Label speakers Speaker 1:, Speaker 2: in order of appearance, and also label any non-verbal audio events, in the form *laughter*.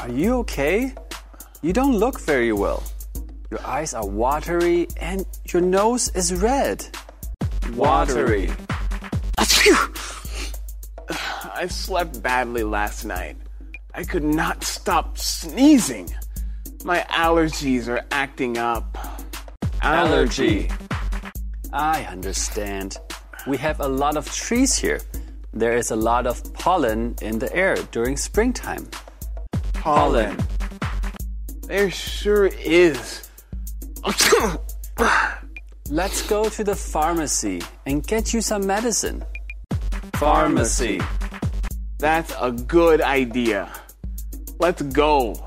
Speaker 1: Are you okay? You don't look very well. Your eyes are watery and your nose is red. Watery.
Speaker 2: Phew. I slept badly last night. I could not stop sneezing. My allergies are acting up.
Speaker 1: Allergy. I understand. We have a lot of trees here. There is a lot of pollen in the air during springtime. Pollen.
Speaker 2: There sure is. *coughs*
Speaker 1: Let's go to the pharmacy and get you some medicine. Pharmacy.
Speaker 2: That's a good idea. Let's go.